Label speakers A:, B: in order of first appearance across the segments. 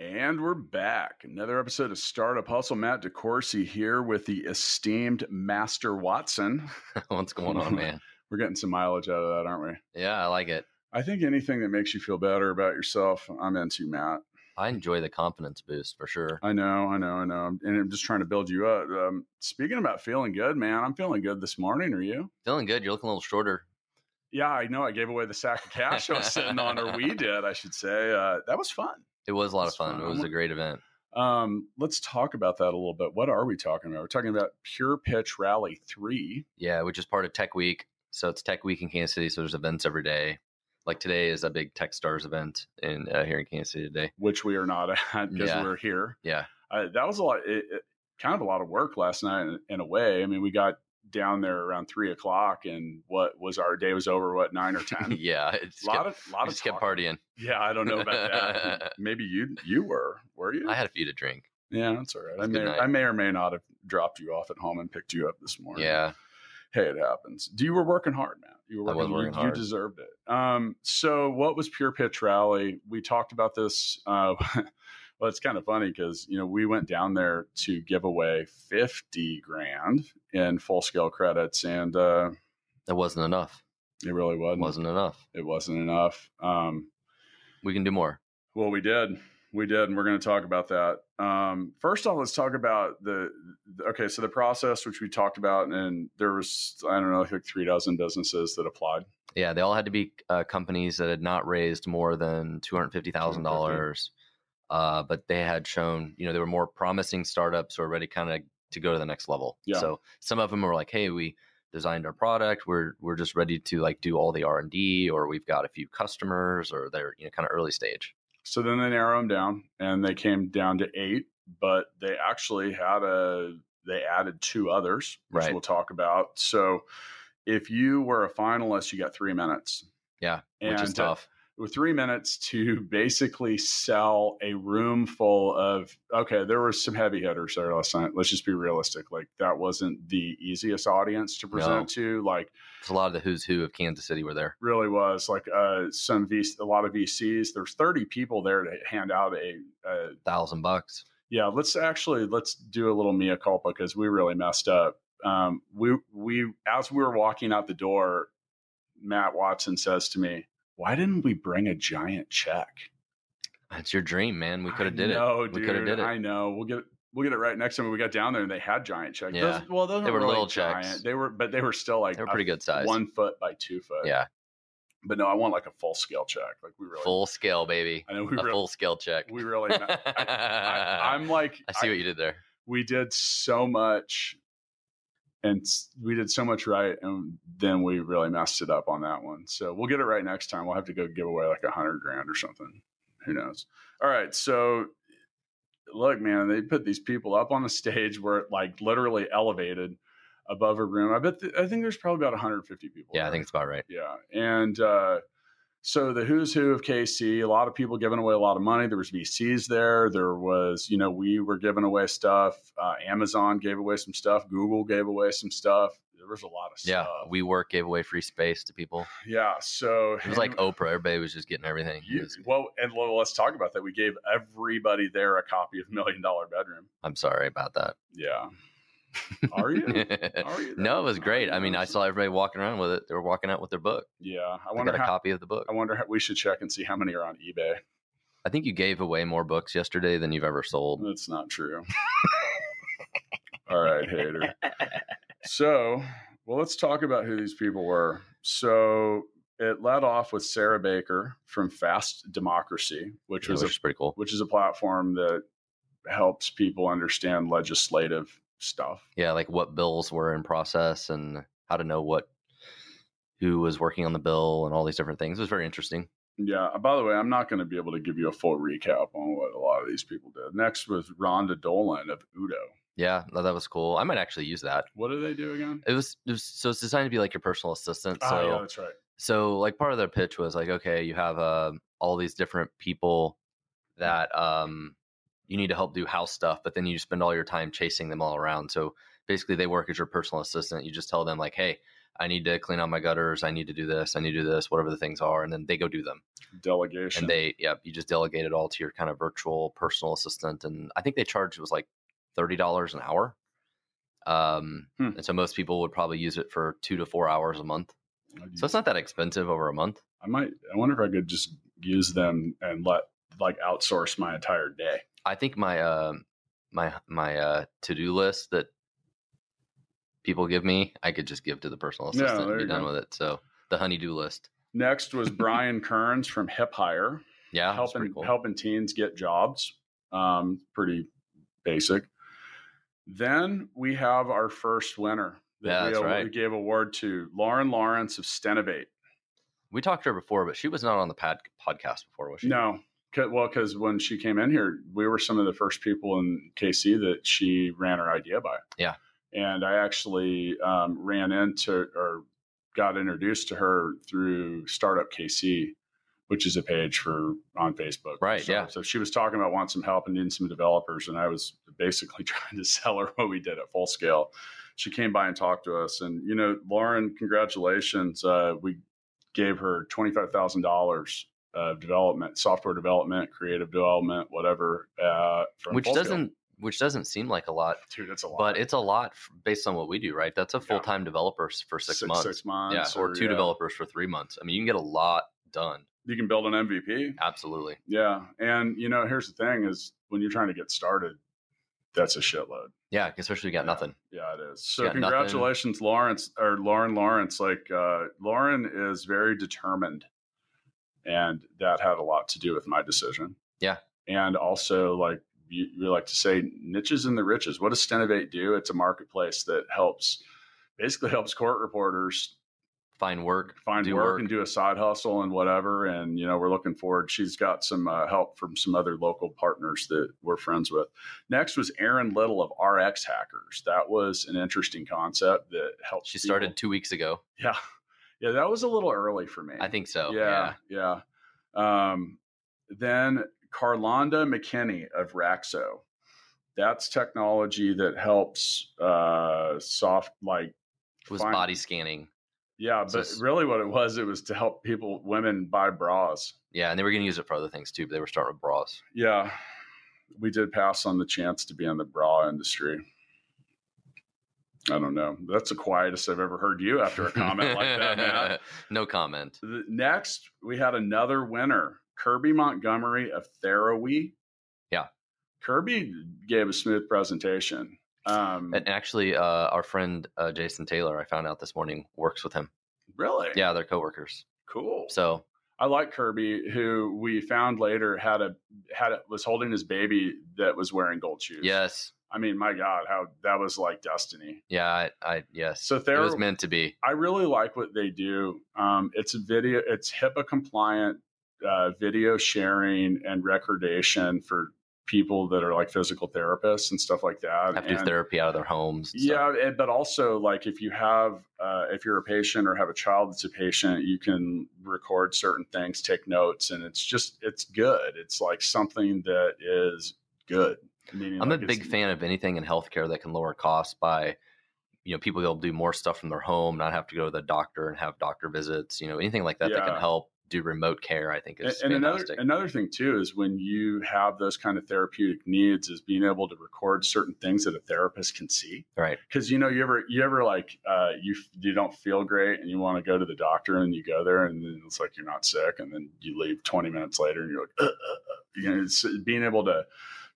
A: And we're back. Another episode of Startup Hustle. Matt DeCourcy here with the esteemed Master Watson.
B: What's going on, man?
A: We're getting some mileage out of that, aren't we?
B: Yeah, I like it.
A: I think anything that makes you feel better about yourself, I'm into, Matt.
B: I enjoy the confidence boost for sure.
A: I know, I know, I know. And I'm just trying to build you up. Um, speaking about feeling good, man, I'm feeling good this morning. Are you?
B: Feeling good. You're looking a little shorter.
A: Yeah, I know. I gave away the sack of cash I was sitting on, or we did, I should say. Uh, that was fun.
B: It was a lot of
A: It's
B: fun.
A: fun.
B: It was a great event.
A: Um, let's talk about that a little bit. What are we talking about? We're talking about Pure Pitch Rally 3.
B: Yeah, which is part of Tech Week. So it's Tech Week in Kansas City. So there's events every day. Like today is a big Tech Stars event in uh, here in Kansas City today.
A: which we are not at because
B: Yeah.
A: we're here.
B: Yeah.
A: Uh, that was a lot, it, it- kind of a lot of work last night in, in a way. I mean, we got down there around three o'clock, and what was our day was over what nine or ten.
B: yeah, it's
A: A lot of lot of
B: we just kept
A: talk.
B: partying.
A: Yeah, I don't know about that. Maybe you you were were you?
B: I had a few to drink.
A: yeah, that's all right. I
B: was a good
A: may
B: night.
A: I may or may not have dropped you off at home and picked you up this morning.
B: Yeah,
A: Hey, it happens. Do you were working hard, Matt? You were
B: I
A: working,
B: was working
A: you,
B: hard.
A: you deserved it. Um, so what was Pure Pitch Rally? We talked about this. Uh, well, it's kind of funny because you know we went down there to give away fifty grand in full scale credits, and uh,
B: that wasn't enough.
A: it really
B: It
A: wasn't.
B: wasn't enough.
A: It wasn't enough. Um,
B: We can do more.
A: well, we did. We did, and we're going to talk about that. Um, first off, let's talk about the, the okay. So the process, which we talked about, and there was I don't know, like three dozen businesses that applied.
B: Yeah, they all had to be uh, companies that had not raised more than two hundred fifty thousand dollars, uh, but they had shown you know they were more promising startups who are ready kind of to go to the next level.
A: Yeah.
B: So some of them were like, "Hey, we designed our product. We're we're just ready to like do all the R and D, or we've got a few customers, or they're you know kind of early stage."
A: So then they narrow them down, and they came down to eight. But they actually had a they added two others, which
B: Right.
A: we'll talk about. So if you were a finalist, you got three minutes.
B: Yeah,
A: and
B: which is
A: uh,
B: tough.
A: with three minutes to basically sell a room full of okay there were some heavy hitters there last night let's just be realistic like that wasn't the easiest audience to present
B: No.
A: to like
B: 'Cause a lot of the who's who of Kansas City were there.
A: really was like uh some v a lot of vcs there's 30 people there to hand out a, a
B: Thousand bucks.
A: yeah, let's actually let's do a little mea culpa because we really messed up. Um, we we as we were walking out the door, Matt Watson says to me, "Why didn't we bring a giant check?
B: It's your dream, man. We could have did
A: No,
B: We coulda did it.
A: I know. We'll get we'll get it right next time. We got down there and they had giant checks.
B: Yeah.
A: Those- well, those
B: They were
A: really
B: little
A: giant.
B: checks.
A: They were, but they were still
B: it.
A: like
B: They were pretty good size.
A: one foot by two foot.
B: yeah,
A: but no, I want like a full scale check. Like we really,
B: full scale, baby.
A: I know we
B: a
A: really,
B: full scale check.
A: we really. I, I, I'm like
B: I see what you did there.
A: we did so much and s- we did so much right and then we really messed it up on that one so we'll get it right next time we'll have to go give away like a hundred grand or something who knows all right so look man they put these people up on a stage where it like literally elevated above a room i bet th- i think there's probably about 150 people
B: Yeah, I
A: there.
B: think it's about right.
A: Yeah. And uh, so the who's who of KC, a lot of people giving away a lot of money. There was VCs there. There was, you know, we were giving away stuff. Uh, Amazon gave away some stuff. Google gave away some stuff. There was a lot of
B: Yeah,
A: stuff.
B: WeWork gave away free space to people.
A: Yeah. So
B: It was like Oprah. Everybody was just getting everything. It
A: You,
B: was-
A: well, and well, let's talk about that. We gave everybody there a copy of Million Dollar Bedroom.
B: I'm sorry about that.
A: Yeah. Are you? Are you?
B: no, it was great. I mean, I saw everybody walking around with it. They were walking out with their book.
A: Yeah. I
B: I
A: wonder
B: got a
A: how.
B: copy of the book.
A: I wonder how we should check and see how many are on eBay.
B: I think you gave away more books yesterday than you've ever sold.
A: That's not true. All right, hater. So, well, let's talk about who these people were. So, it led off with Sarah Baker from Fast Democracy, which
B: Which was,
A: was a
B: pretty cool.
A: which is a platform that helps people understand legislative stuff.
B: Yeah, like what bills were in process and how to know what who was working on the bill and all these different things. It was very interesting.
A: Yeah. uh, By the way, I'm not going to be able to give you a full recap on what a lot of these people did. Next was Rhonda Dolan of Udo.
B: Yeah, no, that was cool. I might actually use that.
A: What do they do again?
B: It was, it was so it's designed to be like your personal assistant. So
A: oh, yeah, that's right.
B: so like part of their pitch was like okay you have um all these different people that um, you need to help do house stuff but then you spend all your time chasing them all around so basically they work as your personal assistant you just tell them like hey i need to clean out my gutters i need to do this i need to do this whatever the things are and then they go do them
A: Delegation.
B: and they yep you just delegate it all to your kind of virtual personal assistant and i think they charged it was like $30 an hour um,
A: Hmm.
B: and so most people would probably use it for two to four hours a month
A: Mm.
B: so it's not that expensive over a month
A: I might. I wonder if I could just use them and let like outsource my entire day.
B: I think my uh, my my uh, to do list that people give me, I could just give to the personal
A: Yeah,
B: assistant
A: there
B: and be
A: you
B: done
A: go.
B: with it. So the honey do list,
A: Next was Brian Kearns from Hip Hire,
B: yeah, that's pretty
A: helping
B: cool.
A: helping teens get jobs. Um, pretty basic. Then we have our first winner that
B: Yeah,
A: we,
B: that's
A: awa-
B: right.
A: we gave award to Lauren Lawrence of Stenivate.
B: We talked to her before, but she was not on the pad- podcast before, was she?
A: No, 'cause- well, because when she came in here, we were some of the first people in KC that she ran her idea by.
B: Yeah.
A: and I actually um, ran into or got introduced to her through Startup KC, which is a page for on Facebook.
B: Right,
A: So,
B: yeah.
A: So she was talking about wanting some help and needing some developers, and I was basically trying to sell her what we did at full scale. She came by and talked to us, and you know, Lauren, congratulations. Uh, we gave her twenty five thousand dollars of development, software development, creative development, whatever. Uh, from
B: which
A: Full Scale.
B: doesn't which doesn't seem like a lot,
A: dude, it's a lot.
B: but it's a lot f- based on what we do, right? That's a full time developer s- for six, months,
A: six months,
B: yeah, or two
A: yeah.
B: developers for three months. I mean, you can get a lot done.
A: You can build an MVP.
B: Absolutely,
A: Yeah, and you know, here's the thing: is when you're trying to get started, that's a shitload.
B: yeah, especially if you got
A: Yeah.
B: nothing.
A: Yeah, it is. So
B: got nothing.
A: congratulations, Lawrence or Lauren Lawrence. Like uh, Lauren is very determined, and that had a lot to do with my decision.
B: Yeah.
A: and also like you, we like to say, niches and the riches. What does Stenovate do? It's a marketplace that helps, basically helps court reporters
B: Find work,
A: find
B: do
A: work, and do a side hustle and whatever. And you know, we're looking forward. She's got some uh, help from some other local partners that we're friends with. Next was Aaron Little of RX Hackers. That was an interesting concept that helped.
B: She
A: people-
B: started two weeks ago.
A: Yeah, yeah, that was a little early for me.
B: I think so.
A: Yeah, yeah. Um, then Carlonda McKinney of Raxo. That's technology that helps uh, soft like
B: It was
A: Fine.
B: body scanning.
A: yeah,
B: So
A: but
B: s-
A: really what it was, it was to help people women buy bras.
B: Yeah, and they were going to use it for other things too, but they were starting with bras.
A: yeah, we did pass on the chance to be in the bra industry. I don't know. That's the quietest I've ever heard you after a comment like that, man.
B: no comment.
A: The- Next, we had another winner, Kirby Montgomery of Therowy.
B: Yeah.
A: Kirby gave a smooth presentation. Um,
B: And actually, uh, our friend uh, Jason Taylor, I found out this morning, works with him.
A: really?
B: Yeah, they're coworkers.
A: Cool.
B: So
A: I like Kirby, who we found later had a had a, was holding his baby that was wearing gold shoes.
B: yes,
A: I mean, my God, how that was like destiny.
B: yeah, I, I yes,
A: So
B: it
A: there
B: was meant to be.
A: I really like what they do. Um, it's a video, it's HIPAA compliant uh, video sharing and recordation for people that are like physical therapists and stuff like that.
B: Have to do
A: And-
B: therapy out of their homes. and stuff.
A: yeah, and- but also like if you have uh, if you're a patient or have a child that's a patient, you can record certain things, take notes, and it's just it's good. It's like something that is good. Meaning,
B: I'm a
A: like, it's-
B: big fan of anything in healthcare that can lower costs by, you know, people able to do more stuff from their home, not have to go to the doctor and have doctor visits. You know, anything like that that can
A: Yeah.
B: help do remote care. I think
A: and,
B: is
A: and another
B: fantastic.
A: another thing too is when you have those kind of therapeutic needs is being able to record certain things that a therapist can see
B: right.
A: because you know you ever you ever like uh, you you don't feel great and you want to go to the doctor and you go there and then it's like you're not sick and then you leave 20 minutes later and you're like "Uh, you know it's uh, being able to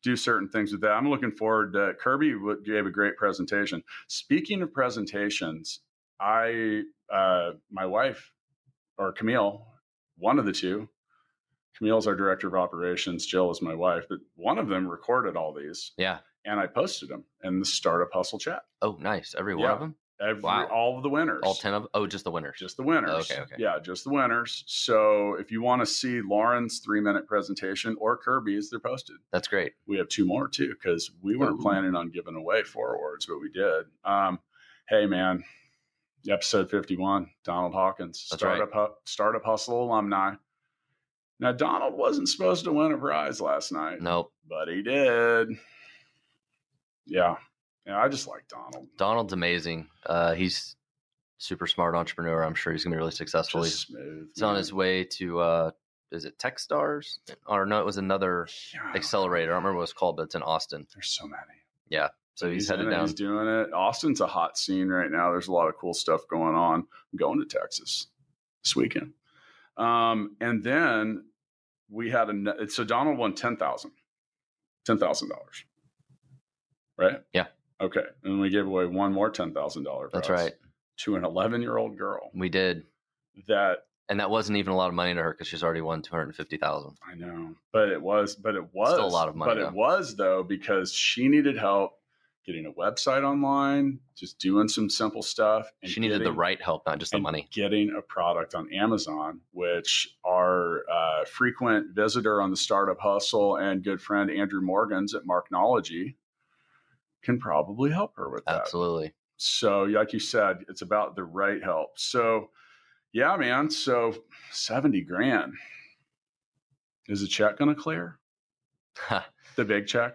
A: do certain things with that i'm looking forward to kirby w- gave a great presentation speaking of presentations i uh, my wife or camille one of the two camille's our director of operations jill is my wife but one of them recorded all these
B: Yeah.
A: and i posted them in the startup hustle chat
B: Oh, nice. Every one
A: Yeah.
B: of them.
A: Every
B: Wow.
A: all of the winners.
B: All ten of oh, just the winners.
A: Just the winners.
B: Okay, okay.
A: Yeah, just the winners. So if you want to see Lauren's three minute presentation or Kirby's, they're posted.
B: That's great.
A: We have two more too, because we weren't
B: Ooh.
A: planning on giving away four awards, but we did. Um, hey man, episode fifty one, Donald Hawkins,
B: That's right.
A: startup Hu- startup hustle alumni. Now Donald wasn't supposed to win a prize last night,
B: Nope.
A: but he did. Yeah. Yeah, I just like Donald.
B: Donald's amazing. Uh, he's super smart entrepreneur. I'm sure he's gonna be really successful.
A: Just
B: he's,
A: smooth.
B: he's on
A: man.
B: his way to uh, is it TechStars or no? It was another
A: Yeah,
B: accelerator. I don't remember what it's called, but it's in Austin.
A: There's so many.
B: So he's, headed
A: in it,
B: down.
A: He's doing it. Austin's a hot scene right now. There's a lot of cool stuff going on. I'm going to Texas this weekend. Um, and then we had a so Donald won ten thousand. Ten thousand dollars. Right?
B: Yeah.
A: Okay. And we gave away one more ten thousand dollar
B: That's right.
A: To an eleven year old girl
B: We did,
A: that
B: and that wasn't even a lot of money to her because she's already won two hundred and fifty thousand.
A: I know, but it was, but it was
B: Still a lot of money,
A: But
B: though.
A: it was though because she needed help getting a website online, just doing some simple stuff.
B: She needed the
A: getting-
B: right help, not just the
A: and
B: money.
A: Getting a product on Amazon, which our uh, frequent visitor on the Startup Hustle and good friend Andrew Morgans at Marknology can probably help her with that.
B: Absolutely.
A: So, like you said, it's about the right help. So, yeah, man. So, seventy grand is the check going to clear? The big check.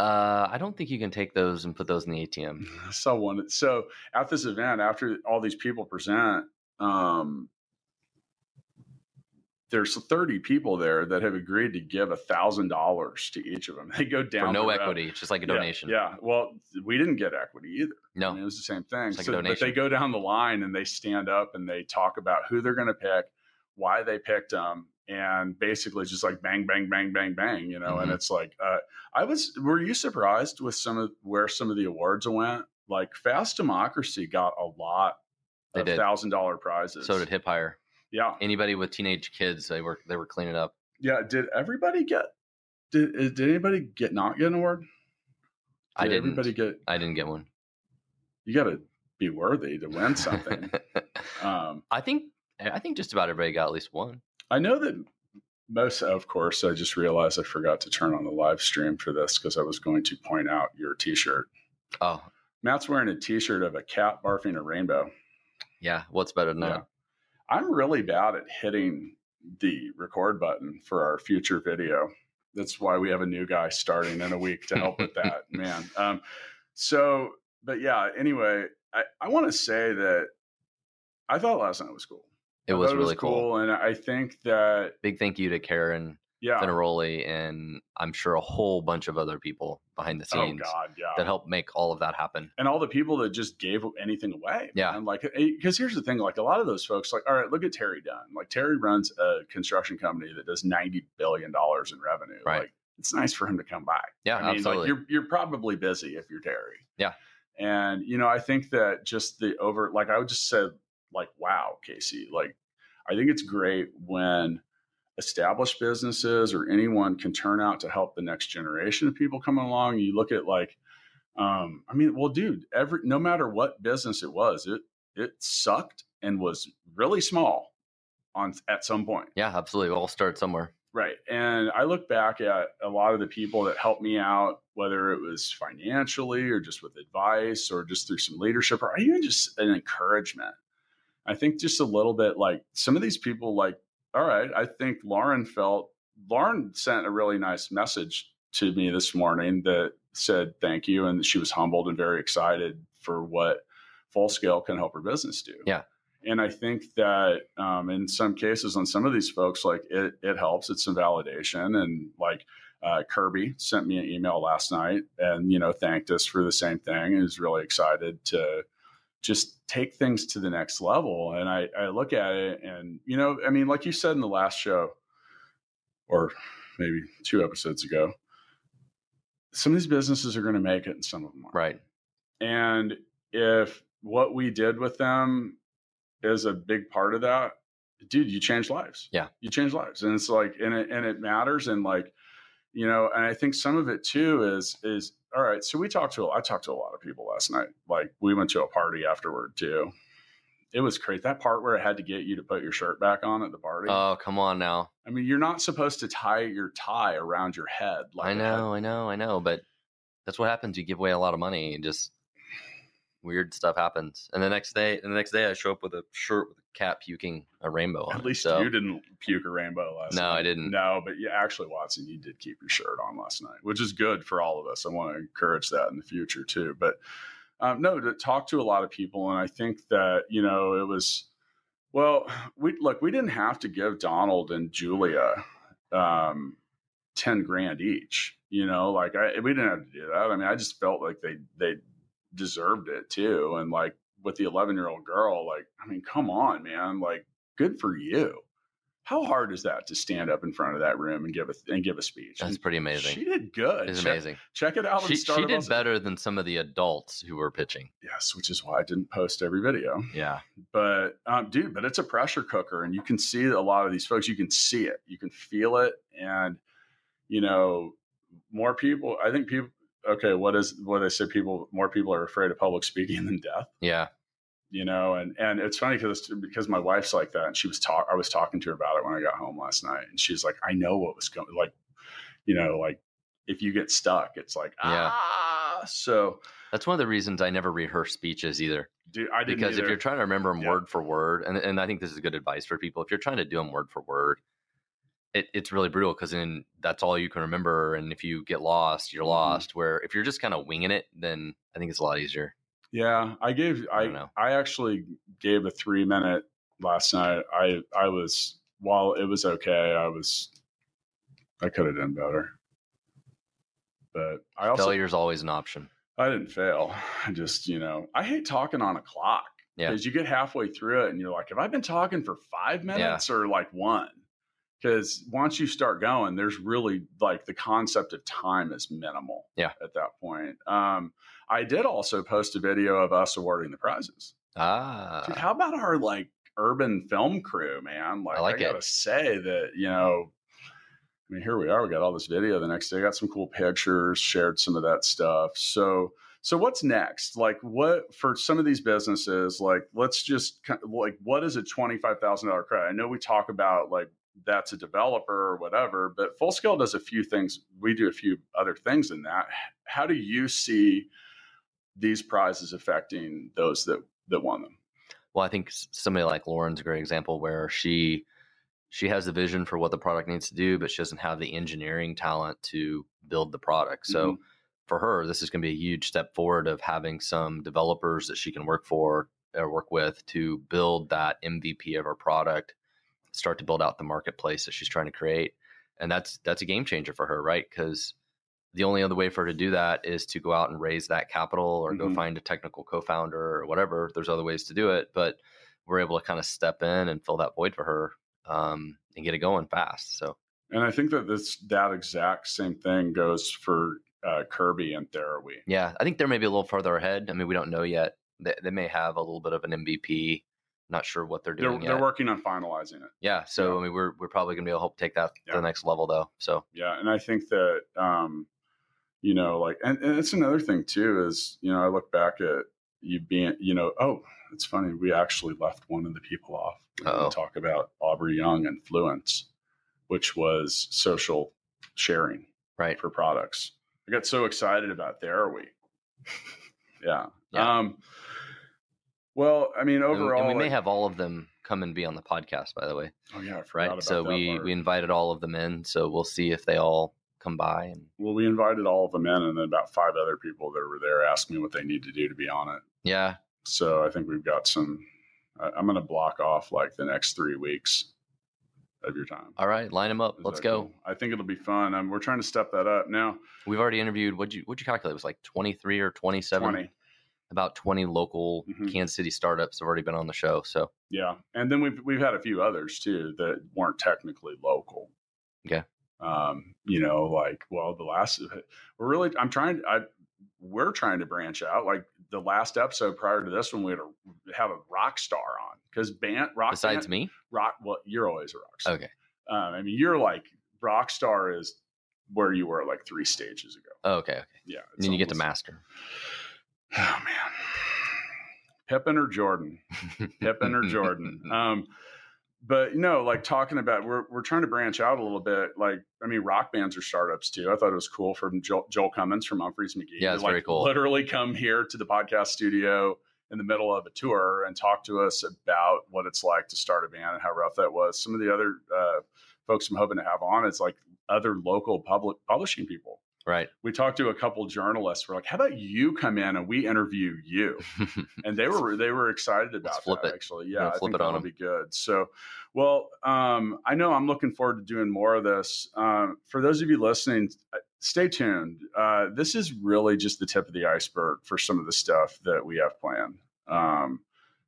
B: Uh, I don't think you can take those and put those in the ATM.
A: I saw one. So at this event, after all these people present, um, there's 30 people there that have agreed to give a thousand dollars to each of them. They go down
B: For no
A: the road.
B: equity. It's just like a
A: Yeah,
B: donation.
A: Yeah, Well, we didn't get equity either. I mean,
B: No.
A: it was the same thing.
B: It's like a
A: So- but
B: donation.
A: they go down the line and they stand up and they talk about who they're going to pick, why they picked them, and basically just like bang, bang, bang, bang, bang. You know, and
B: Mhm.
A: it's like uh, I was. Were you surprised with some of where some of the awards went? Like Fast Democracy got a lot
B: They
A: of
B: did.
A: thousand dollar prizes.
B: So did Hip Hire.
A: yeah,
B: Anybody with teenage kids, they were they were cleaning up.
A: yeah. Did everybody get? Did uh, did anybody get not get an award? Did
B: I didn't.
A: Everybody get.
B: I didn't get one.
A: You got to be worthy to win something. um,
B: I think I think just about everybody got at least one.
A: I know that most, of course, I just realized I forgot to turn on the live stream for this because I was going to point out your t shirt.
B: Oh
A: Matt's wearing a t shirt of a cat barfing a rainbow.
B: yeah. What's better than that?
A: I'm really bad at hitting the record button for our future video. That's why we have a new guy starting in a week to help with that, man. Um, so, but yeah, anyway, I, I want to say that I thought last night was cool.
B: It
A: I
B: was
A: thought
B: really cool.
A: And I think that,
B: Big thank you to Karen
A: yeah.
B: Finaroli and I'm sure a whole bunch of other people behind the
A: Oh,
B: scenes
A: God. Yeah.
B: that helped make all of that happen.
A: and all the people that just gave anything away.
B: Yeah.
A: And like, because here's the thing like, a lot of those folks, like, all right, look at Terry Dunn. Like, Terry runs a construction company that does $90 billion in revenue.
B: Right.
A: Like, it's nice for him to come by.
B: Yeah,
A: I mean,
B: absolutely.
A: like, you're, you're probably busy if you're Terry.
B: Yeah.
A: And, you know, I think that just the over, like, I would just say, like, wow, Casey, like, I think it's great when established businesses or anyone can turn out to help the next generation of people coming along. You look at like, um, I mean, well, dude, every no matter what business it was, it it sucked and was really small on at some point.
B: yeah, absolutely. We all start somewhere.
A: Right. And I look back at a lot of the people that helped me out, whether it was financially or just with advice or just through some leadership or even just an encouragement. I think just a little bit like some of these people, like, all right, I think Lauren felt, Lauren sent a really nice message to me this morning that said thank you. And she was humbled and very excited for what full scale can help her business do.
B: Yeah.
A: And I think that um, in some cases, on some of these folks, like it, it helps. It's some validation. And like uh, Kirby sent me an email last night and, you know, thanked us for the same thing and is really excited to just take things to the next level. And I, I look at it and, you know, I mean, like you said in the last show or maybe two episodes ago, some of these businesses are going to make it and some of them aren't.
B: Right.
A: And if what we did with them is a big part of that, dude, you change lives.
B: Yeah.
A: You change lives. And it's like, and it, and it matters. And like, you know, and I think some of it too is, is, all right. So we talked to I talked to a lot of people last night. Like we went to a party afterward too. It was crazy. That part where it had to get you to put your shirt back on at the party.
B: Oh, come on now.
A: I mean, you're not supposed to tie your tie around your head.
B: I
A: it
B: know, I know, I know. But that's what happens. You give away a lot of money and just weird stuff happens. And the next day, and the next day, I show up with a shirt with a cat puking a rainbow
A: had-
B: on
A: At
B: it.
A: least
B: So,
A: you didn't puke a rainbow last
B: No,
A: night.
B: I didn't.
A: No, but yeah, actually, Watson, you did keep your shirt on last night, which is good for all of us. I want to encourage that in the future too. But um, no, to talk to a lot of people, and I think that you know it was well. We look, we didn't have to give Donald and Julia um, ten grand each. You know, like I, we didn't have to do that. I mean, I just felt like they they deserved it too, and like with the eleven year old girl, like I mean, come on, man, like good for you. How hard is that to stand up in front of that room and give a and give a speech?
B: that's pretty amazing.
A: She did good.
B: it's
A: check,
B: amazing.
A: check it out. on
B: She, she did
A: Starbucks.
B: better than some of the adults who were pitching.
A: Yes, which is why I didn't post every video.
B: Yeah.
A: But um, dude, but it's a pressure cooker, and you can see a lot of these folks. You can see it, you can feel it, and you know more people. I think people. Okay, what is what they say? People more people are afraid of public speaking than death.
B: Yeah.
A: You know, and and it's funny because because my wife's like that, and she was talk. I was talking to her about it when I got home last night, and she's like, I know what was going. Like, you know, like if you get stuck, it's like
B: Yeah.
A: ah. So,
B: That's one of the reasons I never rehearse speeches either.
A: dude, I didn't
B: Because if
A: either.
B: you're trying to remember them
A: Yeah.
B: word for word, and, and I think this is good advice for people, if you're trying to do them word for word, it, it's really brutal because then that's all you can remember. And if you get lost, you're
A: Mhm.
B: lost. Where if you're just kind of winging it, then I think it's a lot easier.
A: Yeah, I gave
B: I
A: I
B: don't know.
A: I, actually gave a three minute last night. I I was while it was okay, I was I could have done better, but I also
B: Failure's always an option.
A: I didn't fail. I just you know I hate talking on a clock
B: Yeah.
A: because you get halfway through it and you're like, have I been talking for five minutes or like one? Because once you start going, there's really like the concept of time is minimal.
B: Yeah.
A: At that point, um, I did also post a video of us awarding the prizes.
B: Ah.
A: Dude, how about our like urban film crew, man? Like, I,
B: like it.
A: gotta say that you know, I mean, here we are. We got all this video the next day. Got some cool pictures. Shared some of that stuff. So, so what's next? Like, what for some of these businesses? Like, let's just ki- like, what is a twenty five thousand dollar credit? I know we talk about like that's a developer or whatever, but Full Scale does a few things. We do a few other things in that. How do you see? these prizes affecting those that that won them
B: well i think s- somebody like lauren's a great example where she she has the vision for what the product needs to do but she doesn't have the engineering talent to build the product so
A: Mm-hmm.
B: for her this is going to be a huge step forward of having some developers that she can work for or work with to build that mvp of her product start to build out the marketplace that she's trying to create and that's that's a game changer for her right because the only other way for her to do that is to go out and raise that capital or go
A: Mhm.
B: find a technical co-founder or whatever there's other ways to do it but we're able to kind of step in and fill that void for her um, and get it going fast so
A: And I think that this that exact same thing goes for uh, Kirby and Therapy.
B: Yeah, I think they're maybe a little farther ahead. I mean, we don't know yet. They, they may have a little bit of an MVP. Not sure what they're
A: They're,
B: doing yet.
A: they're working on finalizing it.
B: yeah, so
A: Yeah.
B: I mean, we're we're probably gonna be able to help take that to
A: Yeah.
B: the next level, though. So
A: Yeah, and I think that um, you know, like, and, and it's another thing too is you know I look back at you being you know oh it's funny we actually left one of the people off. We didn't
B: Uh-oh.
A: talk about Aubrey Young and Fluence, which was social sharing.
B: right,
A: for products. I got so excited about therapy. yeah.
B: Yeah.
A: Um, well, I mean,
B: And- and
A: overall,
B: we may
A: like-
B: have all of them come and be on the podcast, by the way.
A: Oh yeah, I forgot
B: Right,
A: about
B: so
A: that
B: we
A: part.
B: we invited all of them in. So we'll see if they all come by. And
A: well, we invited all of them in, and then about five other people that were there asked me what they need to do to be on it.
B: yeah,
A: So I think we've got some. I, I'm going to block off like the next three weeks of your time.
B: all right, line them up.
A: Is
B: Let's
A: that
B: go.
A: cool? I think it'll be fun. Um, we're trying to step that up now.
B: We've already interviewed. What you what you calculate? It was like twenty three or twenty seven.
A: Twenty.
B: About twenty local
A: Mhm.
B: Kansas City startups have already been on the show. So
A: Yeah, and then we've we've had a few others too that weren't technically local.
B: Okay.
A: Um, you know, like well, the last uh, we're really I'm trying I we're trying to branch out. Like the last episode prior to this one, we had a have a rock star on because band rock
B: besides
A: band-
B: me,
A: rock. Well, you're always a rock star.
B: okay.
A: Um, I mean, you're like rock star is where you were like three stages ago.
B: Oh, okay. okay.
A: Yeah.
B: And then you get to master.
A: Oh man. Pippin or Jordan? Pippin or Jordan? Um, but you know, like talking about, we're we're trying to branch out a little bit. Like, I mean, rock bands are startups too. I thought it was cool from Joel, Joel Cummins from Humphreys McGee.
B: Yeah,
A: to,
B: it's
A: like
B: very cool.
A: literally come here to the podcast studio in the middle of a tour and talk to us about what it's like to start a band and how rough that was. Some of the other uh, folks I'm hoping to have on is like other local public publishing people.
B: Right.
A: We talked to a couple journalists. We're like, how about you come in and we interview you? and they were they were excited about
B: flip
A: that
B: it.
A: actually.
B: Yeah,
A: Yeah, I
B: flip
A: think
B: it on
A: that'll be
B: 'em.
A: good. So, well, um, I know I'm looking forward to doing more of this. Um, for those of you listening, uh, stay tuned. Uh, this is really just the tip of the iceberg for some of the stuff that we have planned. Um,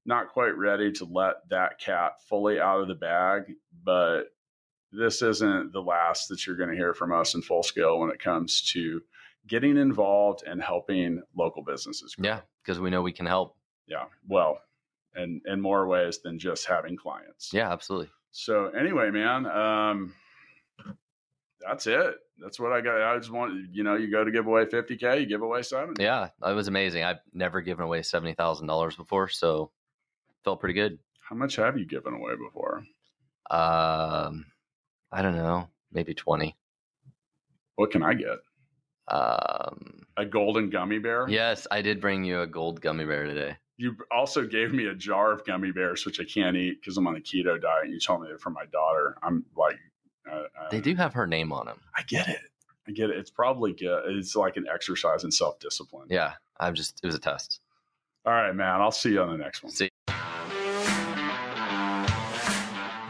A: not quite ready to let that cat fully out of the bag, but this isn't the last that you're going to hear from us in full scale when it comes to getting involved and helping local businesses grow
B: yeah, because we know we can help.
A: yeah well and in more ways than just having clients
B: Yeah, absolutely.
A: so anyway man um that's it that's what i got i just want you know you go to give away 50k you give away 7
B: Yeah, that was amazing. I've never given away seventy thousand dollars before, so felt pretty good.
A: how much have you given away before
B: Um, I don't know, maybe twenty.
A: what can i get
B: Um,
A: a golden gummy bear
B: yes, I did bring you a gold gummy bear today.
A: you also gave me a jar of gummy bears which i can't eat because i'm on a keto diet you told me they're for my daughter i'm like uh, uh,
B: They do have her name on them.
A: i get it i get it it's probably good it's like an exercise in self-discipline
B: Yeah, I'm just. It was a test.
A: all right man i'll see you on the next one
B: See.